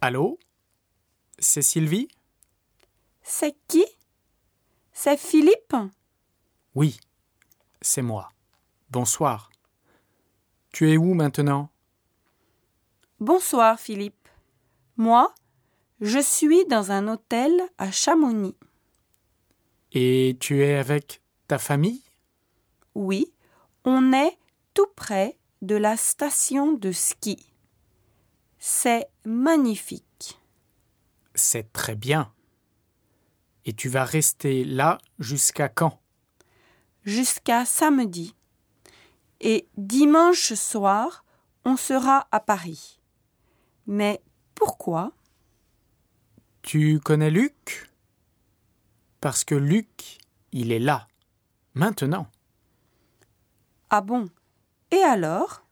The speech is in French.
Allô C'est Sylvie C'est qui C'est Philippe Oui, c'est moi. Bonsoir. Tu es où maintenant Bonsoir Philippe. Moi, je suis dans un hôtel à Chamonix. Et tu es avec ta famille Oui, on est tout près de la station de ski. C'est magnifique. C'est très bien. Et tu vas rester là jusqu'à quand Jusqu'à samedi. Et dimanche soir, on sera à Paris. Mais pourquoi Tu connais Luc Parce que Luc, il est là, maintenant. Ah bon Et alors